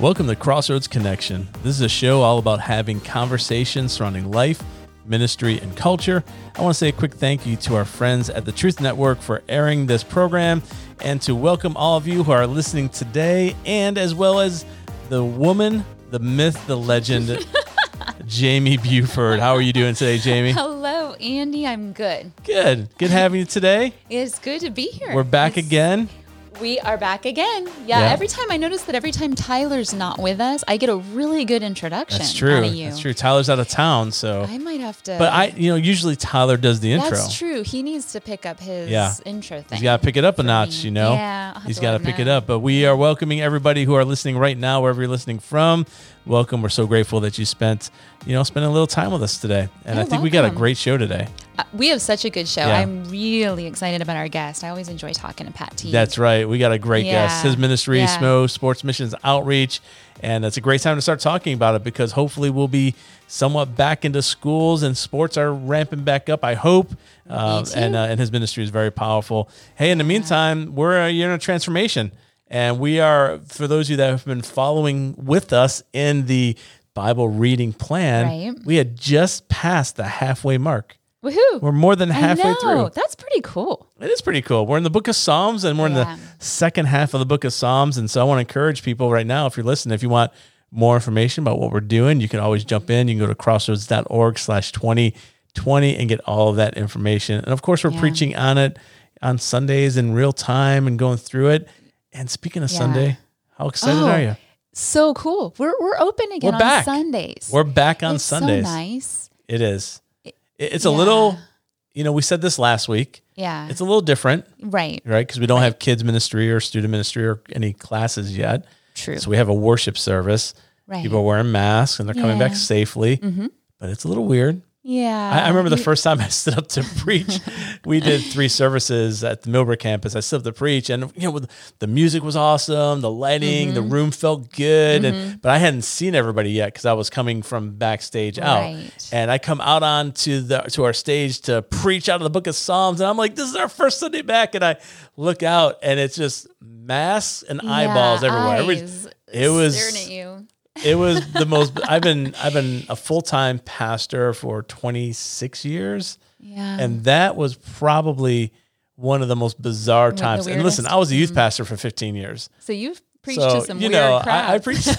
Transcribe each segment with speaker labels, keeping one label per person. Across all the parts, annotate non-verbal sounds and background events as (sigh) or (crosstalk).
Speaker 1: Welcome to Crossroads Connection. This is a show all about having conversations surrounding life, ministry, and culture. I want to say a quick thank you to our friends at the Truth Network for airing this program and to welcome all of you who are listening today, and as well as the woman, the myth, the legend, Jamie Buford. How are you doing today, Jamie?
Speaker 2: Hello, Andy. I'm good.
Speaker 1: Good. Good having you today.
Speaker 2: It's good to be here.
Speaker 1: We're back
Speaker 2: It's-
Speaker 1: again.
Speaker 2: We are back again. Yeah,
Speaker 1: Yeah.
Speaker 2: Every time I notice that every time Tyler's not with us, I get a really good introduction.
Speaker 1: That's true.
Speaker 2: Out of you.
Speaker 1: That's true. Tyler's out of town, so.
Speaker 2: I might have to.
Speaker 1: But I, you know, usually Tyler does the intro.
Speaker 2: That's true. He needs to pick up his
Speaker 1: Yeah.
Speaker 2: intro thing.
Speaker 1: He's got to pick it up a notch,
Speaker 2: me.
Speaker 1: you know.
Speaker 2: Yeah, I'll have
Speaker 1: he's
Speaker 2: to
Speaker 1: got
Speaker 2: let
Speaker 1: to
Speaker 2: him
Speaker 1: pick it
Speaker 2: know.
Speaker 1: up. But we are welcoming everybody who are listening right now, wherever you're listening from. Welcome. We're so grateful that you spent, you know, spending a little time with us today. And I
Speaker 2: You're
Speaker 1: think we got a
Speaker 2: welcome.
Speaker 1: great show today.
Speaker 2: Uh, we have such a good show.
Speaker 1: Yeah.
Speaker 2: I'm really excited about our guest. I always enjoy talking to Pat T.
Speaker 1: That's right. We got a great guest.
Speaker 2: Yeah.
Speaker 1: His ministry,
Speaker 2: Yeah.
Speaker 1: SMO Sports Missions Outreach. And it's a great time to start talking about it because hopefully we'll be somewhat back into schools and sports are ramping back up, I hope. Uh,
Speaker 2: too.
Speaker 1: and, uh, and his ministry is very powerful. Hey, in the meantime, we're a year in a transformation. And we are, for those of you that have been following with us in the Bible reading plan,
Speaker 2: Right.
Speaker 1: we had just passed the halfway mark.
Speaker 2: woohoo.
Speaker 1: We're more than halfway
Speaker 2: I know.
Speaker 1: through.
Speaker 2: That's pretty cool.
Speaker 1: It is pretty cool. We're in the book of Psalms and we're
Speaker 2: Yeah.
Speaker 1: in the second half of the book of Psalms. And so I want to encourage people right now, if you're listening, if you want more information about what we're doing, you can always jump in. You can go to crossroads.org slash 2020 and get all of that information. And of course, we're
Speaker 2: Yeah.
Speaker 1: preaching on it on Sundays in real time and going through it. And speaking of
Speaker 2: Yeah.
Speaker 1: Sunday, how excited
Speaker 2: Oh,
Speaker 1: are you?
Speaker 2: So cool. We're, we're open again
Speaker 1: We're
Speaker 2: on
Speaker 1: back.
Speaker 2: Sundays.
Speaker 1: We're back on
Speaker 2: It's
Speaker 1: Sundays.
Speaker 2: So nice.
Speaker 1: It is. It, it's a
Speaker 2: yeah.
Speaker 1: little, you know, we said this last week.
Speaker 2: Yeah.
Speaker 1: It's a little different.
Speaker 2: right.
Speaker 1: right? Because we don't have kids ministry or student ministry or any classes yet.
Speaker 2: True.
Speaker 1: So we have a worship service.
Speaker 2: right.
Speaker 1: People are wearing masks and they're coming back
Speaker 2: Yeah. Mm-hmm.
Speaker 1: safely, but it's a little weird.
Speaker 2: Yeah.
Speaker 1: I, I remember the
Speaker 2: You-
Speaker 1: first time I (laughs) stood up to
Speaker 2: (laughs)
Speaker 1: preach. we did three services at the Millbrook campus. I stood up to preach, and you know with- the music was awesome, the lighting, the
Speaker 2: Mm-hmm.
Speaker 1: room felt good, and but I hadn't seen everybody yet because I was coming from backstage out,
Speaker 2: Right.
Speaker 1: and I come out onto the to our stage to preach out of the Book of Psalms, and I'm like, this is our first Sunday back, and I look out, and it's just masks and eyeballs
Speaker 2: Yeah,
Speaker 1: everywhere. Every-
Speaker 2: eyes
Speaker 1: it was
Speaker 2: staring at you.
Speaker 1: (laughs) it was the most i've been i've been
Speaker 2: (laughs)
Speaker 1: a full-time pastor for 26 years
Speaker 2: Yeah.
Speaker 1: and that was probably one of the most bizarre
Speaker 2: the
Speaker 1: times and listen
Speaker 2: weirdest.
Speaker 1: i was a youth pastor for 15 years
Speaker 2: so you've preached
Speaker 1: so
Speaker 2: to some
Speaker 1: you
Speaker 2: weird
Speaker 1: know
Speaker 2: crowd.
Speaker 1: I, I preached (laughs)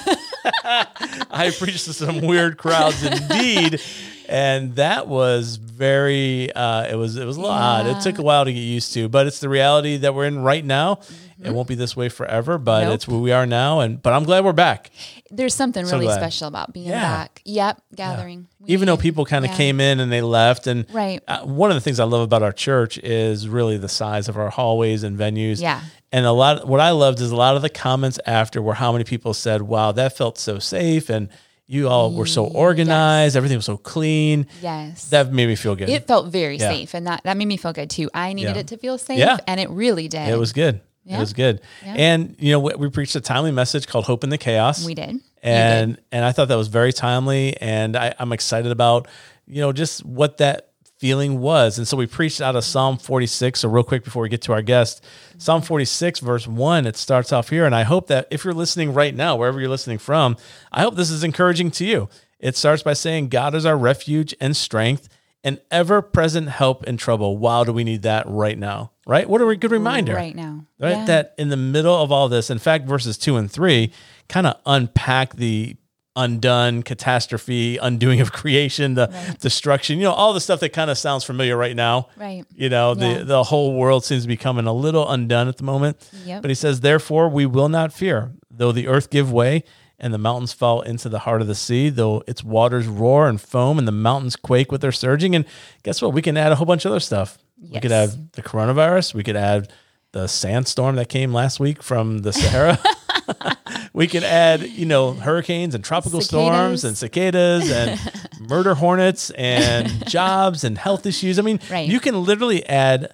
Speaker 1: i preached to some weird crowds indeed and that was very uh, it was it was a little odd it
Speaker 2: Yeah.
Speaker 1: took a while to get used to but it's the reality that we're in right now it won't be this way forever but
Speaker 2: Mm-hmm. Nope.
Speaker 1: it's where we are now and but i'm glad we're back
Speaker 2: There's something
Speaker 1: So
Speaker 2: really
Speaker 1: glad.
Speaker 2: special about being
Speaker 1: Yeah.
Speaker 2: back. Yep, gathering. We
Speaker 1: even though
Speaker 2: need-
Speaker 1: people kind of
Speaker 2: yeah.
Speaker 1: came in and they left and
Speaker 2: Right.
Speaker 1: uh, one of the things i love about our church is really the size of our hallways and venues
Speaker 2: Yeah.
Speaker 1: and a lot what i loved is a lot of the comments after were how many people said wow that felt so safe and you all were so organized everything was so clean
Speaker 2: Yes.
Speaker 1: that made me feel good
Speaker 2: it felt very
Speaker 1: Yeah.
Speaker 2: safe and that, that made me feel good too. I needed
Speaker 1: Yeah.
Speaker 2: it to feel safe
Speaker 1: Yeah.
Speaker 2: and it really did.
Speaker 1: it was good it
Speaker 2: Yeah.
Speaker 1: was good
Speaker 2: Yeah.
Speaker 1: and you know we, we preached a timely message called hope in the chaos
Speaker 2: we did. You did.
Speaker 1: and and I thought that was very timely, and I, I'm excited about you know just what that feeling was. And so we preached out of Psalm 46. So real quick before we get to our guest, Psalm 46 verse one, it starts off here, and I hope that if you're listening right now, wherever you're listening from, I hope this is encouraging to you. It starts by saying, "God is our refuge and strength." An ever present help in trouble. Wow, do we need that right now? Right? What a good reminder
Speaker 2: right now.
Speaker 1: right?
Speaker 2: Yeah.
Speaker 1: That in the middle of all this, in fact, verses two and three kind of unpack the undone catastrophe, undoing of creation, the destruction, you know, all the stuff that kind of sounds familiar right now.
Speaker 2: Right.
Speaker 1: You know, the,
Speaker 2: Yeah.
Speaker 1: the whole world seems to be coming a little undone at the moment.
Speaker 2: Yep.
Speaker 1: But he says, Therefore, we will not fear, though the earth give way and the mountains fall into the heart of the sea, though its waters roar and foam and the mountains quake with their surging. And guess what? We can add a whole bunch of other stuff. We could
Speaker 2: Yes.
Speaker 1: add the coronavirus. We could add the sandstorm that came last week from the Sahara. (laughs) we could add, you know, hurricanes and tropical storms
Speaker 2: Cicadas.
Speaker 1: and cicadas
Speaker 2: (laughs)
Speaker 1: and murder hornets and jobs and health issues. I mean,
Speaker 2: Right.
Speaker 1: you can literally add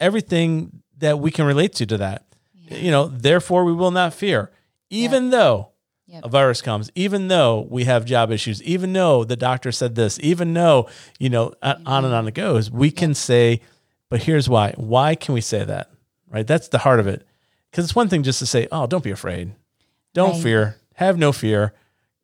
Speaker 1: everything that we can relate to to that. You know, therefore we will not fear, even though
Speaker 2: Yep.
Speaker 1: a virus comes, even though we have job issues, even though the doctor said this, even though, you know, on
Speaker 2: Mm-hmm.
Speaker 1: on and on it goes, we can say, but here's why. Why can we say that? Right? That's the heart of it. Because it's one thing just to say, oh, don't be afraid. Don't
Speaker 2: Right.
Speaker 1: fear. have no fear.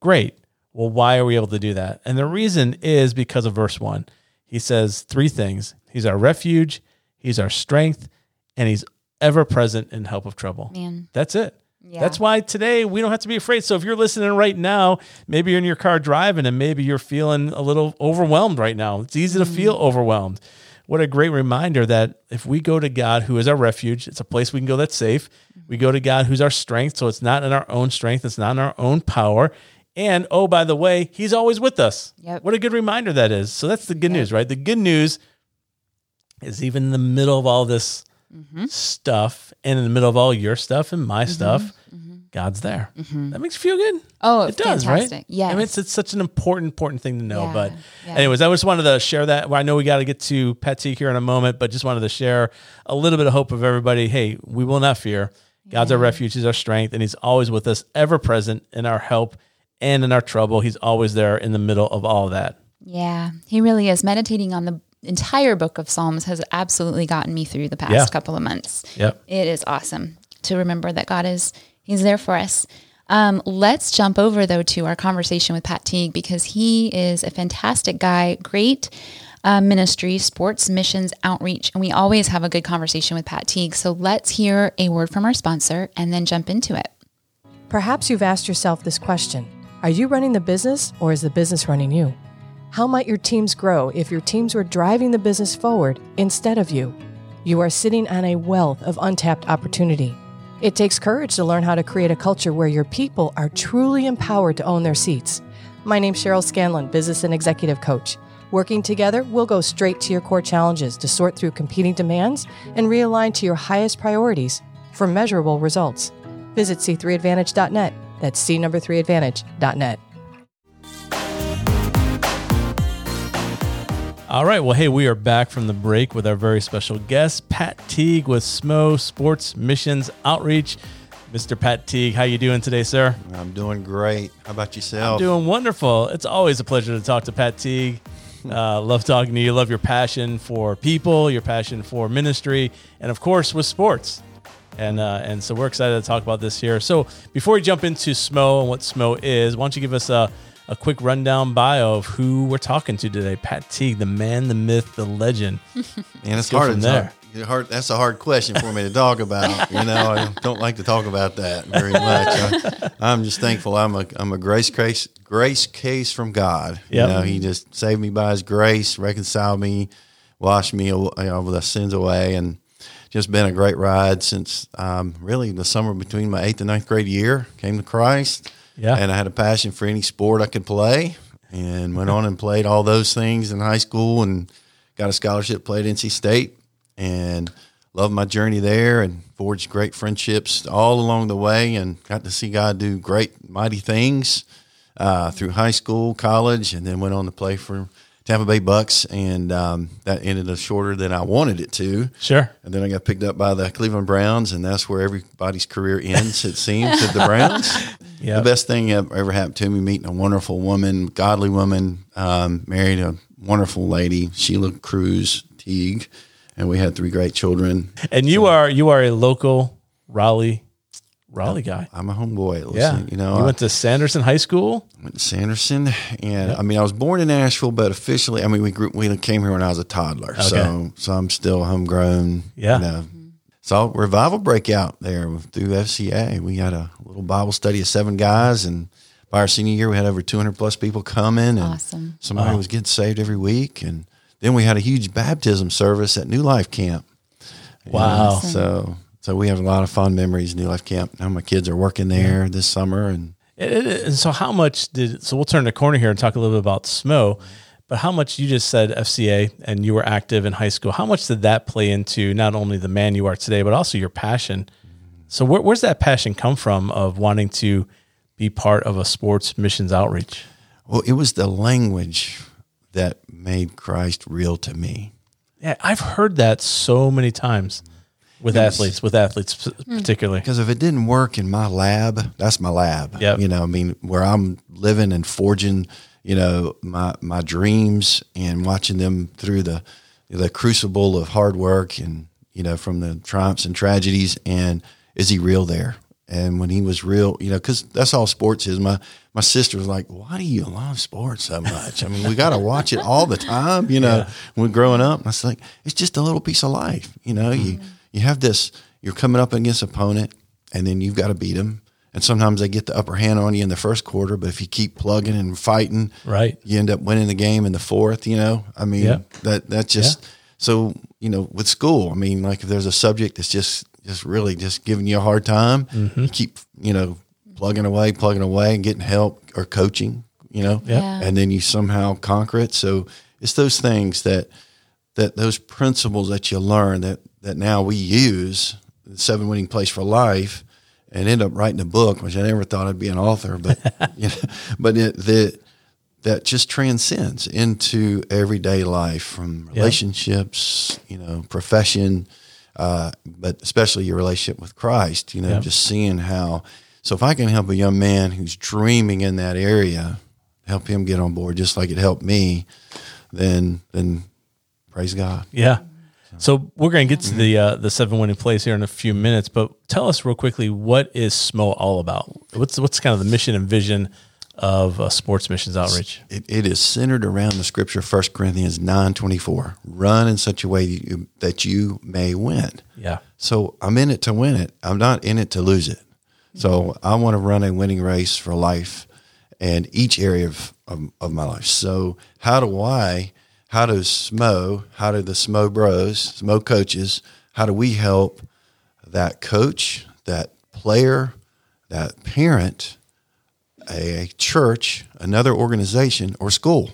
Speaker 1: Great. Well, why are we able to do that? And the reason is because of verse one. He says three things He's our refuge, He's our strength, and He's ever present in help of trouble.
Speaker 2: Man.
Speaker 1: That's it.
Speaker 2: Yeah.
Speaker 1: That's why today we don't have to be afraid. So if you're listening right now, maybe you're in your car driving and maybe you're feeling a little overwhelmed right now. It's easy to feel
Speaker 2: Mm-hmm.
Speaker 1: overwhelmed. What a great reminder that if we go to God, who is our refuge, it's a place we can go that's safe.
Speaker 2: Mm-hmm.
Speaker 1: We go to God, who's our strength. So it's not in our own strength, it's not in our own power. And oh, by the way, He's always with us.
Speaker 2: Yep.
Speaker 1: What a good reminder that is. So that's the good news, right? The good news is even in the middle of all this
Speaker 2: Mm-hmm.
Speaker 1: stuff and in the middle of all your stuff and my stuff, God's there. That makes you feel good.
Speaker 2: Mm-hmm. Oh,
Speaker 1: it does, right?
Speaker 2: fantastic. Yes.
Speaker 1: I mean, it's, it's such an important, important thing to know.
Speaker 2: Yeah,
Speaker 1: But,
Speaker 2: yeah.
Speaker 1: anyways, I just wanted to share that. Well, I know we got to get to Patsy here in a moment, but just wanted to share a little bit of hope of everybody. Hey, we will not fear. God's our refuge, He's our strength, and He's always with us, ever present in our help and in our trouble. He's always there in the middle of all that.
Speaker 2: Yeah, he really is. Meditating on the entire book of Psalms has absolutely gotten me through the past
Speaker 1: Yeah.
Speaker 2: couple of months.
Speaker 1: Yep.
Speaker 2: It is awesome to remember that God is He's there for us. Um, let's jump over though to our conversation with Pat Teague because he is a fantastic guy, great uh, ministry, sports missions outreach, and we always have a good conversation with Pat Teague. So let's hear a word from our sponsor and then jump into it.
Speaker 3: Perhaps you've asked yourself this question Are you running the business or is the business running you? How might your teams grow if your teams were driving the business forward instead of you? You are sitting on a wealth of untapped opportunity. It takes courage to learn how to create a culture where your people are truly empowered to own their seats. My name's Cheryl Scanlon, business and executive coach. Working together, we'll go straight to your core challenges to sort through competing demands and realign to your highest priorities for measurable results. Visit c3advantage.net. That's c number 3advantage.net.
Speaker 1: All right. Well, hey, we are back from the break with our very special guest, Pat Teague with SMO Sports Missions Outreach. Mr. Pat Teague, how you doing today, sir?
Speaker 4: I'm doing great. How about yourself?
Speaker 1: Doing wonderful. It's always a pleasure to talk to Pat Teague. Uh, love talking to you. Love your passion for people, your passion for ministry, and of course with sports. And uh, and so we're excited to talk about this here. So before we jump into SMO and what SMO is, why don't you give us a, a quick rundown bio of who we're talking to today? Pat Teague, the man, the myth, the legend.
Speaker 4: and it's
Speaker 1: go
Speaker 4: hard
Speaker 1: from
Speaker 4: to
Speaker 1: there.
Speaker 4: talk. it's Hard, that's a hard question for me to talk about. You know, I don't like to talk about that very much. I, I'm just thankful. I'm a I'm a grace case grace case from God.
Speaker 1: Yep.
Speaker 4: You know, He just saved me by His grace, reconciled me, washed me aw- you know, with our sins away, and just been a great ride since um, really the summer between my eighth and ninth grade year. Came to Christ.
Speaker 1: Yeah.
Speaker 4: And I had a passion for any sport I could play and went on and played all those things in high school and got a scholarship, played NC State and loved my journey there and forged great friendships all along the way and got to see God do great, mighty things uh, through high school, college, and then went on to play for Tampa Bay Bucks. And um, that ended up shorter than I wanted it to.
Speaker 1: Sure.
Speaker 4: And then I got picked up by the Cleveland Browns, and that's where everybody's career ends, it seems, at the
Speaker 1: (laughs)
Speaker 4: Browns.
Speaker 1: Yep.
Speaker 4: The best thing that ever happened to me, meeting a wonderful woman, godly woman, um, married a wonderful lady, Sheila Cruz Teague, and we had three great children.
Speaker 1: And you are you are a local Raleigh Raleigh guy.
Speaker 4: I'm a homeboy. Listen,
Speaker 1: Yeah.
Speaker 4: You know, uh,
Speaker 1: you
Speaker 4: I-
Speaker 1: went to Sanderson High School.
Speaker 4: went to Sanderson, and I mean, I was born in Nashville, but officially, I mean, we grew, we came here when I was a toddler,
Speaker 1: Okay.
Speaker 4: so so I'm still homegrown.
Speaker 1: Yeah.
Speaker 4: know. Saw revival breakout there through FCA. We had a little Bible study of seven guys, and by our senior year, we had over 200 plus people coming, and
Speaker 2: Awesome.
Speaker 4: somebody was getting saved every week, and then we had a huge baptism service at New Life Camp.
Speaker 1: Wow.
Speaker 4: And So so we have a lot of fond memories. of New Life Camp. Now my kids are working there this summer, and
Speaker 1: It- it- it- and so how much did so we'll turn the corner here and talk a little bit about SMO, but how much you just said FCA and you were active in high school. How much did that play into not only the man you are today, but also your passion? So where, where's that passion come from of wanting to be part of a sports missions outreach?
Speaker 4: Well, it was the language that made Christ real to me.
Speaker 1: Yeah, I've heard that so many times with athletes, with athletes particularly.
Speaker 4: Because if it didn't work in my lab, that's my lab.
Speaker 1: Yep.
Speaker 4: You know, I mean, where I'm living and forging, you know, my my dreams and watching them through the the crucible of hard work and you know from the triumphs and tragedies. And is he real there? And when he was real, you know, because that's all sports is. My my sister was like, "Why do you love sports so much? I mean, we got to watch it all the time." You know, when growing up, and I was like, "It's just a little piece of life." You know, you you have this. You're coming up against opponent, and then you've got to beat them. And sometimes they get the upper hand on you in the first quarter, but if you keep plugging and fighting,
Speaker 1: Right.
Speaker 4: you end up winning the game in the fourth. You know, I mean,
Speaker 1: Yeah.
Speaker 4: that that just so you know with school. I mean, like if there's a subject that's just just really just giving you a hard time,
Speaker 1: Mm-hmm.
Speaker 4: you keep you know plugging away, plugging away, and getting help or coaching. You know,
Speaker 2: Yeah.
Speaker 4: and then you somehow conquer it. So it's those things that that those principles that you learn that that now we use the seven winning place for life and end up writing a book which i never thought i'd be an author but you know, but it that that just transcends into everyday life from relationships you know profession uh, but especially your relationship with christ you know just seeing how so if i can help a young man who's dreaming in that area help him get on board just like it helped me then then praise god
Speaker 1: Yeah. So we're going to get to the uh, the seven winning plays here in a few minutes, but tell us real quickly what is SMO all about? What's what's kind of the mission and vision of uh, Sports Missions Outreach?
Speaker 4: it, it is centered around the scripture 1 corinthians 9.24 run in such a way that you, that you may win
Speaker 1: Yeah.
Speaker 4: so i'm in it to win it i'm not in it to lose it so i want to run a winning race for life and each area of, of, of my life so how do i how does smo how do the smo bros smo coaches how do we help that coach that player that parent a church, another organization, or school.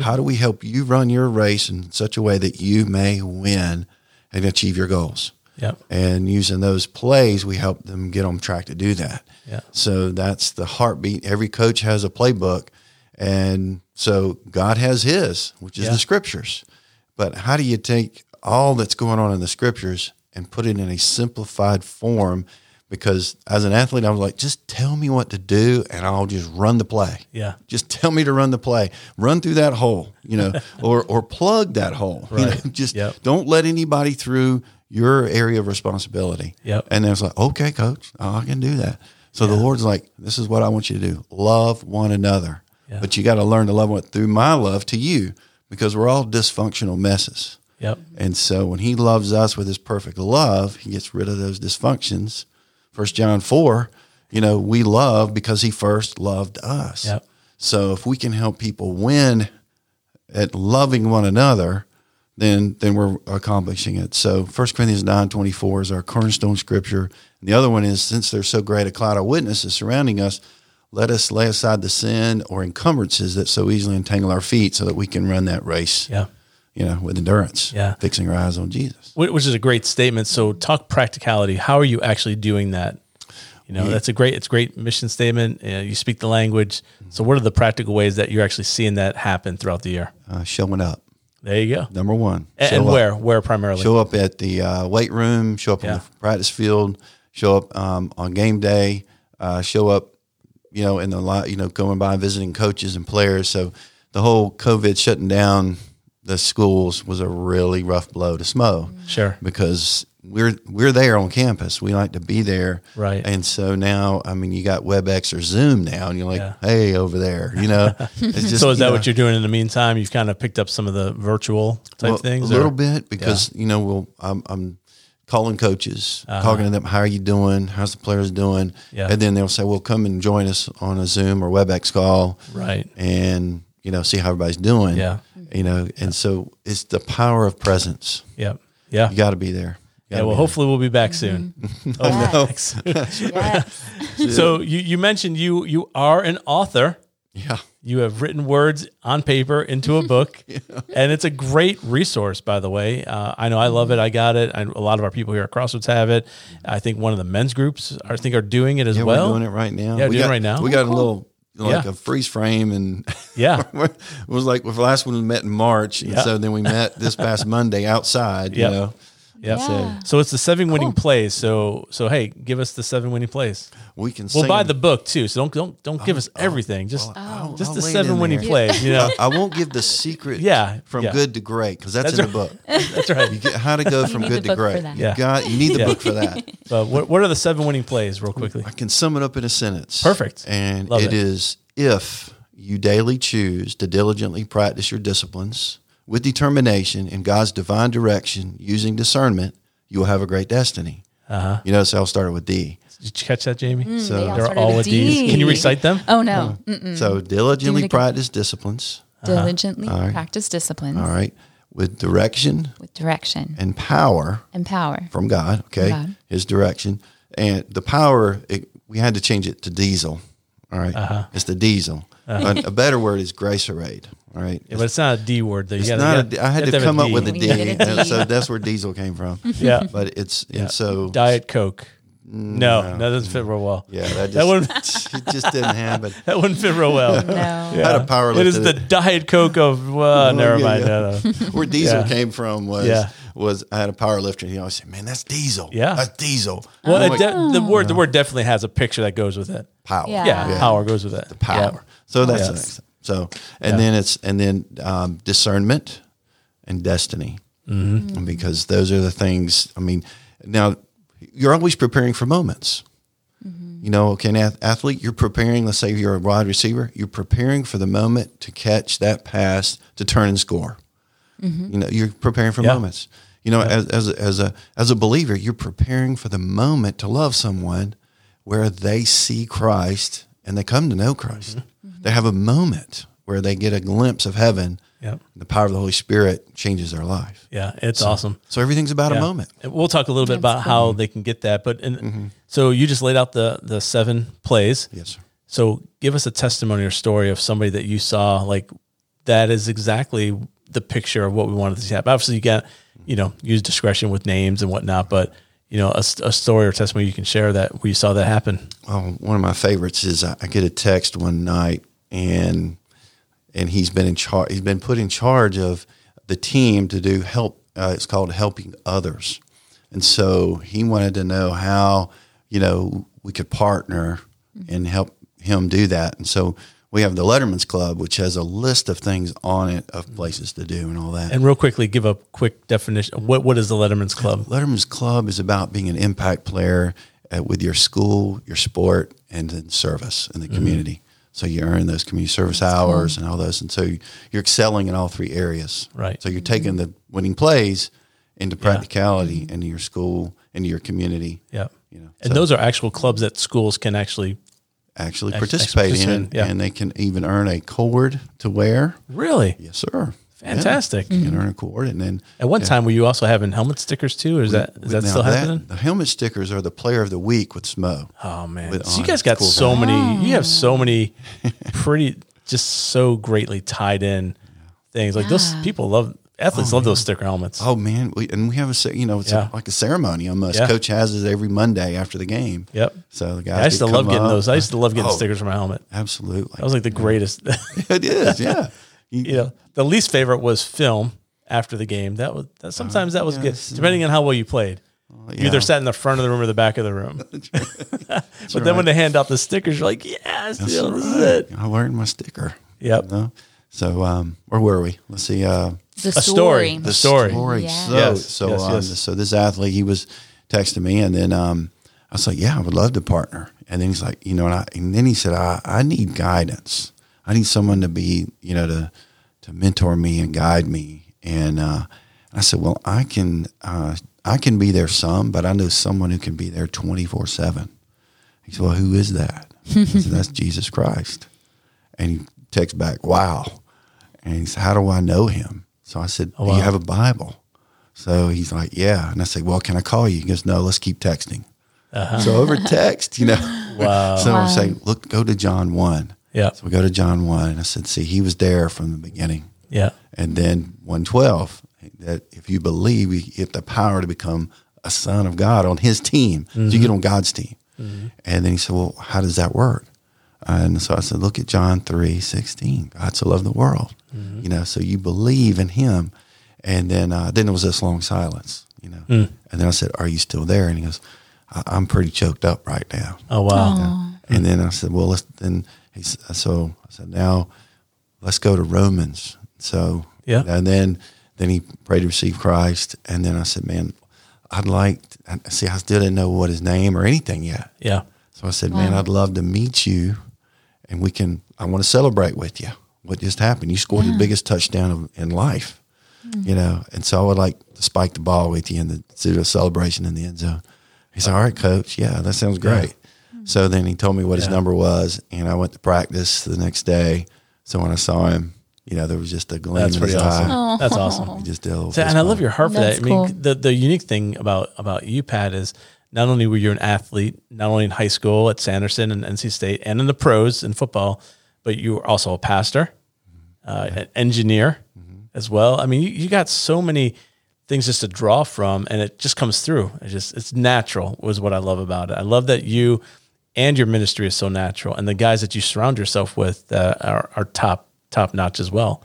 Speaker 4: How do we help you run your race in such a way that you may win and achieve your goals?
Speaker 1: Yep.
Speaker 4: And using those plays, we help them get on track to do that.
Speaker 1: Yeah.
Speaker 4: So that's the heartbeat. Every coach has a playbook. And so God has his, which is
Speaker 1: Yeah.
Speaker 4: the scriptures. But how do you take all that's going on in the scriptures and put it in a simplified form? Because as an athlete, I was like, just tell me what to do and I'll just run the play.
Speaker 1: Yeah.
Speaker 4: Just tell me to run the play. Run through that hole,
Speaker 1: (laughs)
Speaker 4: you know, or or plug that hole. You know,
Speaker 1: Right.
Speaker 4: just
Speaker 1: Yep.
Speaker 4: don't let anybody through your area of responsibility.
Speaker 1: Yep.
Speaker 4: And then it's like, okay, coach, oh, I can do that. So the Lord's like, this is what I want you to do. Love one another.
Speaker 1: Yeah.
Speaker 4: But you got to learn to love one through my love to you because we're all dysfunctional messes.
Speaker 1: Yep.
Speaker 4: And so when he loves us with his perfect love, he gets rid of those dysfunctions. First John 4, you know, we love because he first loved us.
Speaker 1: Yep.
Speaker 4: So if we can help people win at loving one another, then then we're accomplishing it. So 1 Corinthians 9 24 is our cornerstone scripture. And the other one is since there's so great a cloud of witnesses surrounding us, let us lay aside the sin or encumbrances that so easily entangle our feet so that we can run that race
Speaker 1: Yeah.
Speaker 4: you know, with endurance.
Speaker 1: Yeah.
Speaker 4: Fixing our eyes on Jesus.
Speaker 1: Wh- Which is a great statement. So talk practicality. How are you actually doing that? You know, that's a great it's a great mission statement. Uh, you speak the language. So what are the practical ways that you're actually seeing that happen throughout the year?
Speaker 4: Uh, showing up,
Speaker 1: There you go.
Speaker 4: number one.
Speaker 1: A- And,
Speaker 4: Show up.
Speaker 1: where? Where primarily?
Speaker 4: Show up at the uh, weight room, show up
Speaker 1: Yeah.
Speaker 4: on the practice field, show up um, on game day, uh, show up, you know, in the lot, you know, going by and visiting coaches and players. So the whole COVID shutting down the schools was a really rough blow to SMO.
Speaker 1: Sure.
Speaker 4: because we're we're there on campus. We like to be there,
Speaker 1: Right.
Speaker 4: And so now, I mean, you got WebEx or Zoom now, and you're like,
Speaker 1: Yeah.
Speaker 4: hey, over there,
Speaker 1: (laughs)
Speaker 4: you know. It's just,
Speaker 1: So is that
Speaker 4: you know,
Speaker 1: what you're doing in the meantime? You've kind of picked up some of the virtual type
Speaker 4: well,
Speaker 1: things,
Speaker 4: a little
Speaker 1: or-
Speaker 4: bit because you know, we'll I'm, I'm calling coaches, talking to them. How are you doing? How's the players doing?
Speaker 1: Uh-huh. Yeah.
Speaker 4: And then they'll say, well, come and join us on a Zoom or WebEx call,
Speaker 1: right?
Speaker 4: and you know, see how everybody's doing.
Speaker 1: Yeah.
Speaker 4: You know, and so it's the power of presence.
Speaker 1: Yeah, yeah,
Speaker 4: You got to be there. You
Speaker 1: yeah.
Speaker 4: gotta
Speaker 1: Well,
Speaker 4: be Mm-hmm. there.
Speaker 1: hopefully we'll be back soon.
Speaker 4: (laughs)
Speaker 2: Yes.
Speaker 1: Hopefully back soon.
Speaker 2: Yes.
Speaker 1: (laughs) so you you mentioned you you are an author.
Speaker 4: yeah.
Speaker 1: You have written words on paper into a
Speaker 4: (laughs)
Speaker 1: book, and it's a great resource. By the way, uh, I know I love it. I got it. I, a lot of our people here at Crossroads have it. I think one of the men's groups I think are doing it as
Speaker 4: Yeah,
Speaker 1: well.
Speaker 4: we're doing it right now.
Speaker 1: Yeah,
Speaker 4: we
Speaker 1: doing
Speaker 4: got,
Speaker 1: it right now.
Speaker 4: We got a little like
Speaker 1: Yeah.
Speaker 4: a freeze frame, and (laughs)
Speaker 1: Yeah.
Speaker 4: it was like well, the last one we met in March, and
Speaker 1: Yeah.
Speaker 4: so then we met this past Monday outside.
Speaker 1: Yeah.
Speaker 4: You know,
Speaker 1: Yep.
Speaker 2: Yeah.
Speaker 1: So it's the seven winning plays. So so hey, give us the seven winning plays.
Speaker 4: We can
Speaker 1: We'll
Speaker 4: sing
Speaker 1: buy the
Speaker 4: them.
Speaker 1: book too. So don't don't don't
Speaker 4: Oh,
Speaker 1: give us everything. Just
Speaker 2: Oh,
Speaker 4: I'll-
Speaker 1: just
Speaker 4: I'll
Speaker 1: the
Speaker 4: lean
Speaker 1: seven
Speaker 4: in
Speaker 1: winning
Speaker 4: there.
Speaker 1: plays. You
Speaker 4: (laughs)
Speaker 1: know.
Speaker 4: I won't give the
Speaker 1: (laughs)
Speaker 4: secret
Speaker 1: Yeah,
Speaker 4: from
Speaker 1: yeah.
Speaker 4: good to great because that's,
Speaker 1: That's
Speaker 4: in the book.
Speaker 1: That's right.
Speaker 4: You get how
Speaker 2: (laughs)
Speaker 4: to go from
Speaker 2: need
Speaker 4: good
Speaker 2: the
Speaker 4: to
Speaker 2: book for
Speaker 4: great.
Speaker 2: that.
Speaker 4: You
Speaker 1: Yeah.
Speaker 4: got you need the
Speaker 1: Yeah.
Speaker 4: book
Speaker 2: (laughs)
Speaker 4: for that.
Speaker 1: So what what are the seven winning plays, real quickly?
Speaker 4: I can sum it up in a sentence.
Speaker 1: Perfect.
Speaker 4: And
Speaker 1: Love
Speaker 4: it
Speaker 1: it.
Speaker 4: is if you daily choose to diligently practice your disciplines with determination in God's divine direction using discernment, you will have a great destiny. Uh-huh. You notice I started with D.
Speaker 1: Did you catch that, Jamie?
Speaker 4: So
Speaker 2: Mm, all
Speaker 1: They're
Speaker 2: started
Speaker 1: all
Speaker 2: with
Speaker 1: with
Speaker 2: D.
Speaker 1: D's. Can you recite them? Uh-huh.
Speaker 2: Oh no. Mm.
Speaker 4: So diligently
Speaker 2: again.
Speaker 4: practice disciplines,
Speaker 2: Diligently practice disciplines
Speaker 4: all right, with direction
Speaker 2: with direction
Speaker 4: and power
Speaker 2: and power.
Speaker 4: from God, okay,
Speaker 2: God.
Speaker 4: His direction. And the power, it, we had to change it to diesel, all right?
Speaker 1: Uh-huh.
Speaker 4: It's the diesel. But A, better word is grace arrayed, all right?
Speaker 1: Yeah, but it's not a D word. Though. You
Speaker 4: It's
Speaker 1: gotta-
Speaker 4: not.
Speaker 1: you
Speaker 4: a
Speaker 1: got-
Speaker 4: D- I
Speaker 1: you
Speaker 4: had
Speaker 1: have
Speaker 4: to
Speaker 1: have
Speaker 4: come up with a
Speaker 2: We
Speaker 4: D,
Speaker 2: needed a
Speaker 4: and
Speaker 2: D.
Speaker 4: so that's where diesel came
Speaker 2: (laughs)
Speaker 4: from.
Speaker 1: Yeah.
Speaker 4: but it's and so Mm,
Speaker 1: Diet Coke. No, that doesn't fit real well.
Speaker 4: yeah, that
Speaker 1: That
Speaker 4: just (laughs) it just didn't happen.
Speaker 1: (laughs) That wouldn't fit real well.
Speaker 2: (laughs) No.
Speaker 1: Yeah.
Speaker 4: Had a power
Speaker 1: It
Speaker 4: lift
Speaker 1: is
Speaker 4: in
Speaker 1: the
Speaker 4: it.
Speaker 1: Diet Coke of. Well, never
Speaker 4: (laughs) yeah,
Speaker 1: mind.
Speaker 4: yeah.
Speaker 1: No, no.
Speaker 4: Where diesel
Speaker 1: Yeah.
Speaker 4: came from was
Speaker 1: Yeah.
Speaker 4: was I had a power lifter, and he always said, "Man, that's diesel.
Speaker 1: Yeah.
Speaker 4: that's diesel.
Speaker 1: Well,
Speaker 4: I'm
Speaker 1: it
Speaker 4: like, "Oh."
Speaker 1: de- the word the word definitely has a picture that goes with it.
Speaker 4: power.
Speaker 2: Yeah.
Speaker 1: Yeah,
Speaker 2: Yeah.
Speaker 1: power goes with it. The
Speaker 4: power. So that's
Speaker 1: Yeah.
Speaker 4: the next. So and then it's and then um, discernment and destiny mm-hmm. because those are the things. I mean, now you're always preparing for moments. You know, okay, an ath- athlete, you're preparing. Let's say you're a wide receiver, you're preparing for the moment to catch that pass to turn and score. You know, you're preparing for
Speaker 1: Yeah.
Speaker 4: moments. You know, as as a, as a as a believer, you're preparing for the moment to love someone where they see Christ and they come to know Christ. They have a moment where they get a glimpse of heaven.
Speaker 1: Yep.
Speaker 4: The power of the Holy Spirit changes their life.
Speaker 1: Yeah, it's awesome.
Speaker 4: So everything's about
Speaker 1: Yeah.
Speaker 4: a moment. Mm-hmm.
Speaker 1: And we'll talk a little bit about how they can get that. But and so you just laid out the the seven plays.
Speaker 4: Yes, sir.
Speaker 1: So give us a testimony or story of somebody that you saw like that is exactly the picture of what we wanted to see happen. Obviously, you got you know use discretion with names and whatnot, but you know a, s- a story or testimony you can share that we saw that happen.
Speaker 4: Oh, one of my favorites is I I get a text one night and and he's been in charge. He's been put in charge of the team to do help. Uh, it's called helping others, and so he wanted to know how you know we could partner and help him do that. And so we have the Letterman's Club, which has a list of things on it of places to do and all that.
Speaker 1: And real quickly, give a quick definition. What what is the Letterman's Club?
Speaker 4: Letterman's Club is about being an impact player uh with your school, your sport, and then service in the
Speaker 1: Mm-hmm.
Speaker 4: community. So you earn those community service hours and all those, and so you're excelling in all three areas.
Speaker 1: Right.
Speaker 4: So you're taking the winning plays into practicality, into your school, into your community.
Speaker 1: Yeah.
Speaker 4: You know,
Speaker 1: And
Speaker 4: so-
Speaker 1: those are actual clubs that schools can actually
Speaker 4: Actually
Speaker 1: Ex-
Speaker 4: participate in,
Speaker 1: exhibition, yeah.
Speaker 4: and they can even earn a cord to wear.
Speaker 1: really
Speaker 4: Yes, sir. Yeah.
Speaker 1: fantastic.
Speaker 4: You can earn a cord, and then
Speaker 1: At one time, were you also having helmet stickers too? Or is that is that
Speaker 4: now
Speaker 1: still happening?
Speaker 4: The helmet stickers are the player of the week with Smo.
Speaker 1: oh man!
Speaker 4: with
Speaker 1: So you
Speaker 4: on-
Speaker 1: guys got
Speaker 4: cool
Speaker 1: so many. You have so
Speaker 4: (laughs)
Speaker 1: many, pretty just so greatly tied in things. Like those
Speaker 2: Yeah.
Speaker 1: people love athletes love those sticker helmets.
Speaker 4: Oh man, we, and we have a ce- you know it's
Speaker 1: Yeah.
Speaker 4: like a ceremony almost.
Speaker 1: Yeah.
Speaker 4: Coach has it every Monday after the game.
Speaker 1: Yep.
Speaker 4: So the guys,
Speaker 1: I used to
Speaker 4: could
Speaker 1: love
Speaker 4: come
Speaker 1: getting
Speaker 4: up.
Speaker 1: those. I used to love getting
Speaker 4: Oh,
Speaker 1: stickers for my helmet.
Speaker 4: Absolutely,
Speaker 1: That was like the greatest.
Speaker 4: (laughs)
Speaker 1: (laughs)
Speaker 4: it is. Yeah, You-
Speaker 1: you know, the least favorite was film after the game. That was that, sometimes that was good, depending on how well you played. You
Speaker 4: yeah.
Speaker 1: either sat in the front of the room or the back of the room. but (laughs) then when they hand out the stickers, you're like, yes, yeah, this is it.
Speaker 4: I learned my sticker.
Speaker 1: Yep.
Speaker 4: You know? So um, where were we? Let's see. Uh,
Speaker 2: The
Speaker 1: A story. The story.
Speaker 2: Yeah.
Speaker 4: So
Speaker 1: Yes,
Speaker 4: so
Speaker 1: yes,
Speaker 4: um,
Speaker 1: yes.
Speaker 4: so this athlete he was texting me, and then um, I was like, yeah, I would love to partner. And then he's like, you know, and, I, and then he said, I, I need guidance. I need someone to be, you know, to to mentor me and guide me. And uh, I said, well, I can uh, I can be there some, but I know someone who can be there twenty four seven. He said, well, who is that? I said, that's Jesus Christ. And he texts back, wow. And he said, how do I know him? So I said, do
Speaker 1: Oh, wow.
Speaker 4: you have a Bible? So he's like, yeah. And I said, well, can I call you? He goes, no, let's keep texting. So over text, you know.
Speaker 1: Uh-huh. (laughs) Wow.
Speaker 4: So
Speaker 2: Wow.
Speaker 4: I'm saying, look, go to John 1.
Speaker 1: Yeah.
Speaker 4: So we go to John 1. And I said, see, he was there from the beginning.
Speaker 1: Yeah.
Speaker 4: And then 112, that if you believe, you get the power to become a son of God on his team. So you get on God's team. And then he said, Well, how does that work? And so I said, Look at John 3 16. God so loved the world. You know, so you believe in him. And then, uh, then there was this long silence. You you know. And then I said, are you still there? And he goes, I- I'm pretty choked up right now.
Speaker 1: Oh wow.
Speaker 4: And then I said, well, let's, then he, s- so I said, now let's go to Romans. So,
Speaker 1: Yeah.
Speaker 4: And then, then he prayed to receive Christ. And then I said, man, I'd like, I- see, I still didn't know what his name or anything yet.
Speaker 1: Yeah.
Speaker 4: So I said, man, I'd love to meet you and we can, I want to celebrate with you what just happened. You scored the biggest touchdown of, in life, you know, and so I would like to spike the ball with you and the, do a celebration in the end zone. He said, all right, coach. Yeah, that sounds great. So then he told me what his number was and I went to practice the next day. So when I saw him, you know, there was just a gleam
Speaker 1: That's
Speaker 4: in
Speaker 1: pretty
Speaker 4: his
Speaker 1: awesome.
Speaker 4: eye.
Speaker 1: That's awesome.
Speaker 4: He just did a little
Speaker 1: So-
Speaker 4: fist
Speaker 1: and I
Speaker 4: bump.
Speaker 1: love your heart for
Speaker 2: That's
Speaker 1: that. I mean,
Speaker 2: cool.
Speaker 1: the, the unique thing about about you, Pat, is not only were you an athlete, not only in high school at Sanderson and NC State, and in the pros in football, but you were also a pastor, uh, an engineer as well. I mean, you, you got so many things just to draw from, and it just comes through. It just it's natural was what I love about it. I love that you and your ministry is so natural, and the guys that you surround yourself with uh, are, are top top notch as well.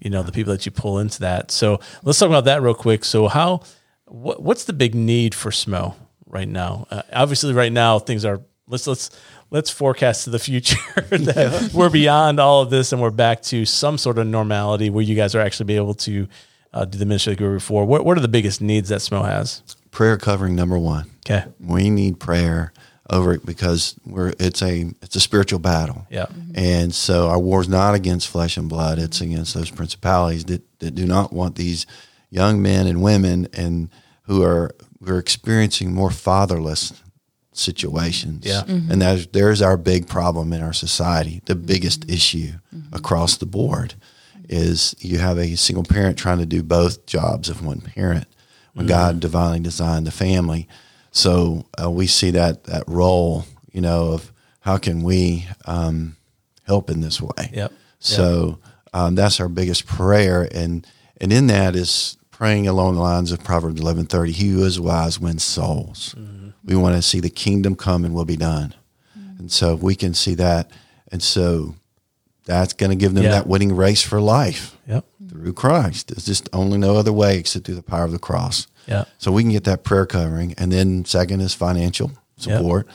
Speaker 1: You know, the people that you pull into that. So let's talk about that real quick. So how what, what's the big need for SMO right now? Uh, obviously, right now things are let's let's let's forecast to the future (laughs) that we're beyond all of this and we're back to some sort of normality where you guys are actually be able to uh, do the ministry like we were before. What what are the biggest needs that SMO has?
Speaker 4: prayer covering number one.
Speaker 1: Okay,
Speaker 4: we need prayer over it because we're it's a it's a spiritual battle.
Speaker 1: Yeah.
Speaker 4: And so our war is not against flesh and blood, it's against those principalities that, that do not want these young men and women and who are who are experiencing more fatherless situations.
Speaker 1: Yeah.
Speaker 4: And that is, there's our big problem in our society. The biggest issue across the board is you have a single parent trying to do both jobs of one parent when
Speaker 1: Mm-hmm.
Speaker 4: God divinely designed the family. So uh, we see that that role, you know, of how can we um, help in this way.
Speaker 1: Yep.
Speaker 4: So um, that's our biggest prayer, and and in that is praying along the lines of Proverbs eleven thirty. He who is wise wins souls.
Speaker 1: Mm-hmm.
Speaker 4: We want to see the kingdom come and will be done, and so we can see that, and so that's going to give them
Speaker 1: Yeah.
Speaker 4: that winning race for life
Speaker 1: yep,
Speaker 4: through Christ. There's just only no other way except through the power of the cross.
Speaker 1: Yeah.
Speaker 4: So we can get that prayer covering, and then second is financial
Speaker 1: Yeah.
Speaker 4: support,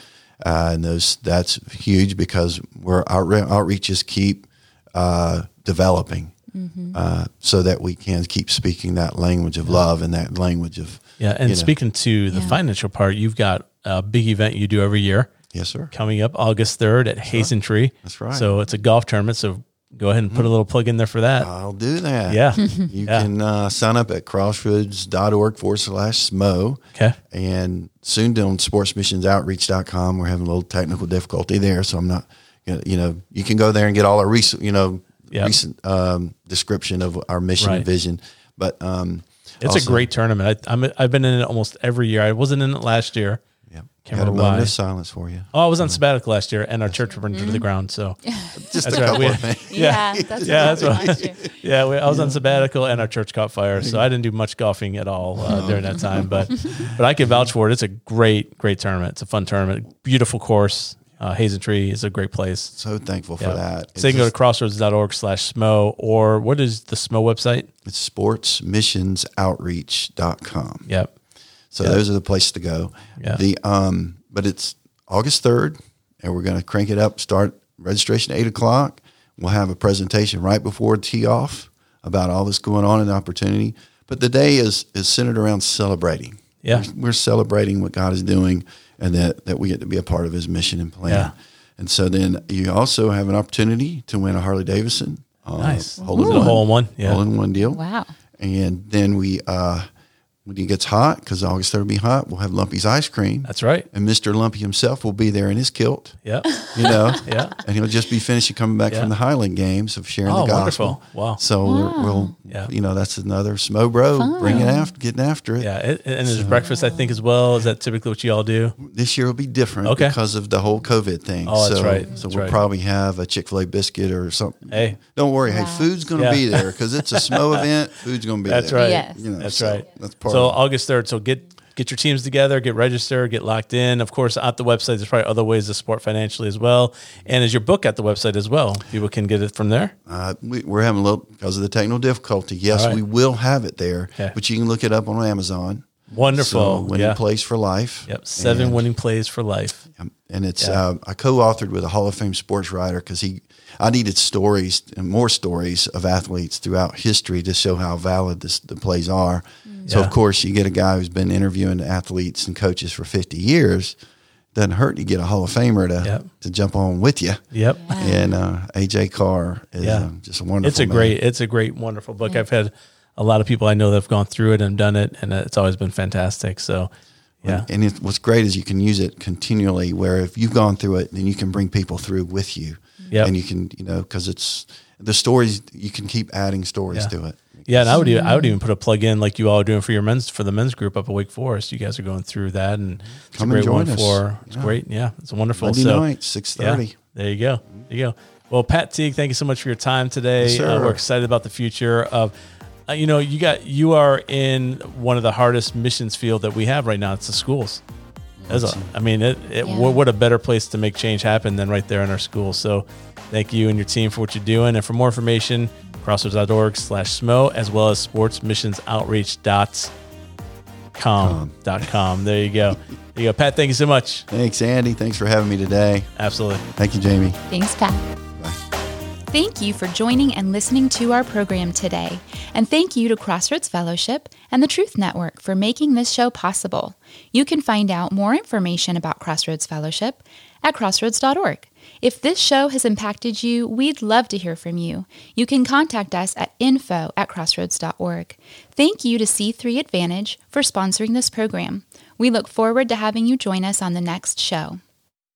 Speaker 4: uh, and those that's huge because we're our outreaches keep uh, developing,
Speaker 1: Mm-hmm.
Speaker 4: uh, so that we can keep speaking that language of love and that language of
Speaker 1: yeah. And
Speaker 4: you know.
Speaker 1: speaking to the
Speaker 2: Yeah.
Speaker 1: financial part, you've got a big event you do every year.
Speaker 4: yes, sir.
Speaker 1: coming up August 3rd at Hazen Tree.
Speaker 4: That's right. Mm-hmm.
Speaker 1: So it's a golf tournament. So go ahead and put a little plug in there for that.
Speaker 4: I'll do that.
Speaker 1: yeah.
Speaker 4: (laughs) You can uh, sign up at crossroads.org forward slash SMO.
Speaker 1: Okay.
Speaker 4: And soon to on sportsmissionsoutreach.com. We're having a little technical difficulty there. So I'm not, you know, you can go there and get all our recent, you know,
Speaker 1: Yeah.
Speaker 4: recent um, description of our mission
Speaker 1: Right.
Speaker 4: and vision. But um,
Speaker 1: It's a
Speaker 4: also-
Speaker 1: great tournament. I, I'm, I've been in it almost every year. I wasn't in it last year.
Speaker 4: Yeah.
Speaker 1: Can't
Speaker 4: Got a
Speaker 1: remember
Speaker 4: moment
Speaker 1: why.
Speaker 4: of silence for you.
Speaker 1: Oh, I was on sabbatical last year and our church burned to the ground. So
Speaker 4: Mm-hmm. (laughs) Just
Speaker 1: That's
Speaker 4: a
Speaker 1: right.
Speaker 4: couple
Speaker 1: We-
Speaker 4: of things.
Speaker 1: (laughs) Yeah.
Speaker 2: that's
Speaker 1: Yeah, that's
Speaker 2: what
Speaker 1: what-
Speaker 2: last year.
Speaker 1: yeah, we, I was on sabbatical and our church caught fire. So I didn't do much golfing at all uh, during that time.
Speaker 4: (laughs)
Speaker 1: But but I can vouch for it. It's a great, great tournament. It's a fun tournament. Beautiful course. Uh, Hazen Tree is a great place.
Speaker 4: So thankful for
Speaker 1: Yeah.
Speaker 4: that. It's
Speaker 1: So you can go to
Speaker 4: just-
Speaker 1: crossroads.org slash SMO or what is the SMO website?
Speaker 4: it's sportsmissionsoutreach.com.
Speaker 1: Yep.
Speaker 4: So those are the places to go.
Speaker 1: Yeah.
Speaker 4: The um, but it's August third, and we're going to crank it up. Start registration at eight o'clock. We'll have a presentation right before tee off about all that's going on and opportunity. But the day is is centered around celebrating.
Speaker 1: Yeah.
Speaker 4: We're, we're celebrating what God is doing, and that that we get to be a part of His mission and plan.
Speaker 1: Yeah.
Speaker 4: And so then you also have an opportunity to win a Harley Davidson. Uh,
Speaker 1: Nice.
Speaker 4: Hole in
Speaker 1: Ooh.
Speaker 4: one.
Speaker 1: Hole in one, yeah.
Speaker 4: Hole in one deal.
Speaker 2: Wow.
Speaker 4: And then we, uh, when it gets hot, because August 3rd will be hot, we'll have Lumpy's ice cream.
Speaker 1: That's right.
Speaker 4: and Mr. Lumpy himself will be there in his kilt, (laughs)
Speaker 1: Yep.
Speaker 4: you know.
Speaker 1: (laughs) Yeah.
Speaker 4: And he'll just be finishing coming back
Speaker 1: Yeah.
Speaker 4: from the Highland Games of sharing
Speaker 1: Oh,
Speaker 4: the gospel.
Speaker 1: wonderful. Wow.
Speaker 4: So we're, we'll,
Speaker 1: Yeah.
Speaker 4: you know, that's another Smo Bro bringing after, getting after it.
Speaker 1: Yeah. It, and there's breakfast, I think, as well. Is that typically what you all do?
Speaker 4: This year will be different
Speaker 1: Okay.
Speaker 4: because of the whole COVID thing.
Speaker 1: Oh, that's
Speaker 4: so,
Speaker 1: right.
Speaker 4: So
Speaker 1: That's
Speaker 4: we'll
Speaker 1: right.
Speaker 4: probably have a Chick fil A biscuit or something.
Speaker 1: Hey.
Speaker 4: Don't worry. Hey, food's going to
Speaker 1: Yeah.
Speaker 4: be there because it's
Speaker 1: (laughs)
Speaker 4: a Smo event. Food's going to be
Speaker 1: That's
Speaker 4: there.
Speaker 1: right.
Speaker 2: Yes.
Speaker 4: You know,
Speaker 1: That's
Speaker 4: so
Speaker 1: right.
Speaker 4: That's part
Speaker 1: so
Speaker 4: of it.
Speaker 1: August 3rd. So get get your teams together, get registered, get locked in. Of course, at the website, there's probably other ways to support financially as well. And is your book at the website as well? People can get it from there.
Speaker 4: Uh, we, we're having a little because of the technical difficulty. Yes,
Speaker 1: All right.
Speaker 4: we will have it there,
Speaker 1: Okay.
Speaker 4: but you can look it up on Amazon. So
Speaker 1: Wonderful.
Speaker 4: winning
Speaker 1: yeah.
Speaker 4: plays for life.
Speaker 1: Yep. Seven
Speaker 4: And-
Speaker 1: winning plays for life.
Speaker 4: Um, and it's
Speaker 1: Yeah.
Speaker 4: uh, I co-authored with a Hall of Fame sports writer because he I needed stories and more stories of athletes throughout history to show how valid this, the plays are. So
Speaker 1: Mm. Yeah.
Speaker 4: of course you get a guy who's been interviewing athletes and coaches for fifty years. Doesn't hurt to get a Hall of Famer to
Speaker 1: Yep.
Speaker 4: to jump on with you.
Speaker 1: Yep.
Speaker 4: And uh, AJ Carr is
Speaker 1: Yeah.
Speaker 4: um, just a wonderful.
Speaker 1: It's a
Speaker 4: man.
Speaker 1: great, it's a great, wonderful book. I've had a lot of people I know that have gone through it and done it, and it's always been fantastic. So, yeah.
Speaker 4: And it, what's great is you can use it continually. Where if you've gone through it, then you can bring people through with you.
Speaker 1: Yep.
Speaker 4: And you can, you know, because it's the stories. You can keep adding stories
Speaker 1: Yeah.
Speaker 4: to it.
Speaker 1: Yeah, and I would even, I would even put a plug in like you all are doing for your men's for the men's group up at Wake Forest. You guys are going through that, and it's
Speaker 4: Come
Speaker 1: a
Speaker 4: and
Speaker 1: great one
Speaker 4: join us.
Speaker 1: for it's
Speaker 4: Yeah.
Speaker 1: great. Yeah, it's wonderful.
Speaker 4: Monday
Speaker 1: so
Speaker 4: night, six thirty.
Speaker 1: there you go. There you go. Well, Pat Teague, thank you so much for your time today.
Speaker 4: Yes,
Speaker 1: Uh,
Speaker 4: sir.
Speaker 1: we're excited about the future of, uh, you know, you got you are in one of the hardest missions field that we have right now. It's the schools. As a, I mean, it, it
Speaker 2: Yeah.
Speaker 1: what, what a better place to make change happen than right there in our school. So, thank you and your team for what you're doing. And for more information, crossroads.org slash SMO, as well as sportsmissionsoutreach.com. Dot com. There you go. There you go. Pat, thank you so much.
Speaker 4: Thanks, Andy. Thanks for having me today.
Speaker 1: Absolutely.
Speaker 4: Thank you, Jamie.
Speaker 2: Thanks, Pat.
Speaker 4: Bye.
Speaker 2: Thank you for joining and listening to our program today. And thank you to Crossroads Fellowship and the Truth Network for making this show possible. You can find out more information about Crossroads Fellowship at crossroads.org. If this show has impacted you, we'd love to hear from you. You can contact us at info at crossroads.org. Thank you to C3 Advantage for sponsoring this program. We look forward to having you join us on the next show.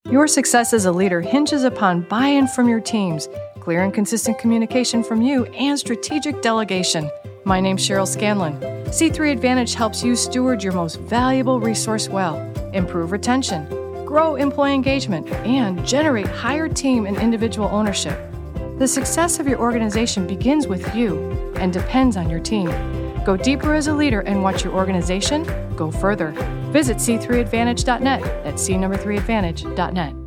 Speaker 3: Your success as a leader hinges upon buy in from your teams, clear and consistent communication from you, and strategic delegation. My name's Cheryl Scanlon. C3 Advantage helps you steward your most valuable resource well, improve retention, grow employee engagement, and generate higher team and individual ownership. The success of your organization begins with you and depends on your team. Go deeper as a leader and watch your organization go further. Visit c3advantage.net. That's c number 3advantage.net.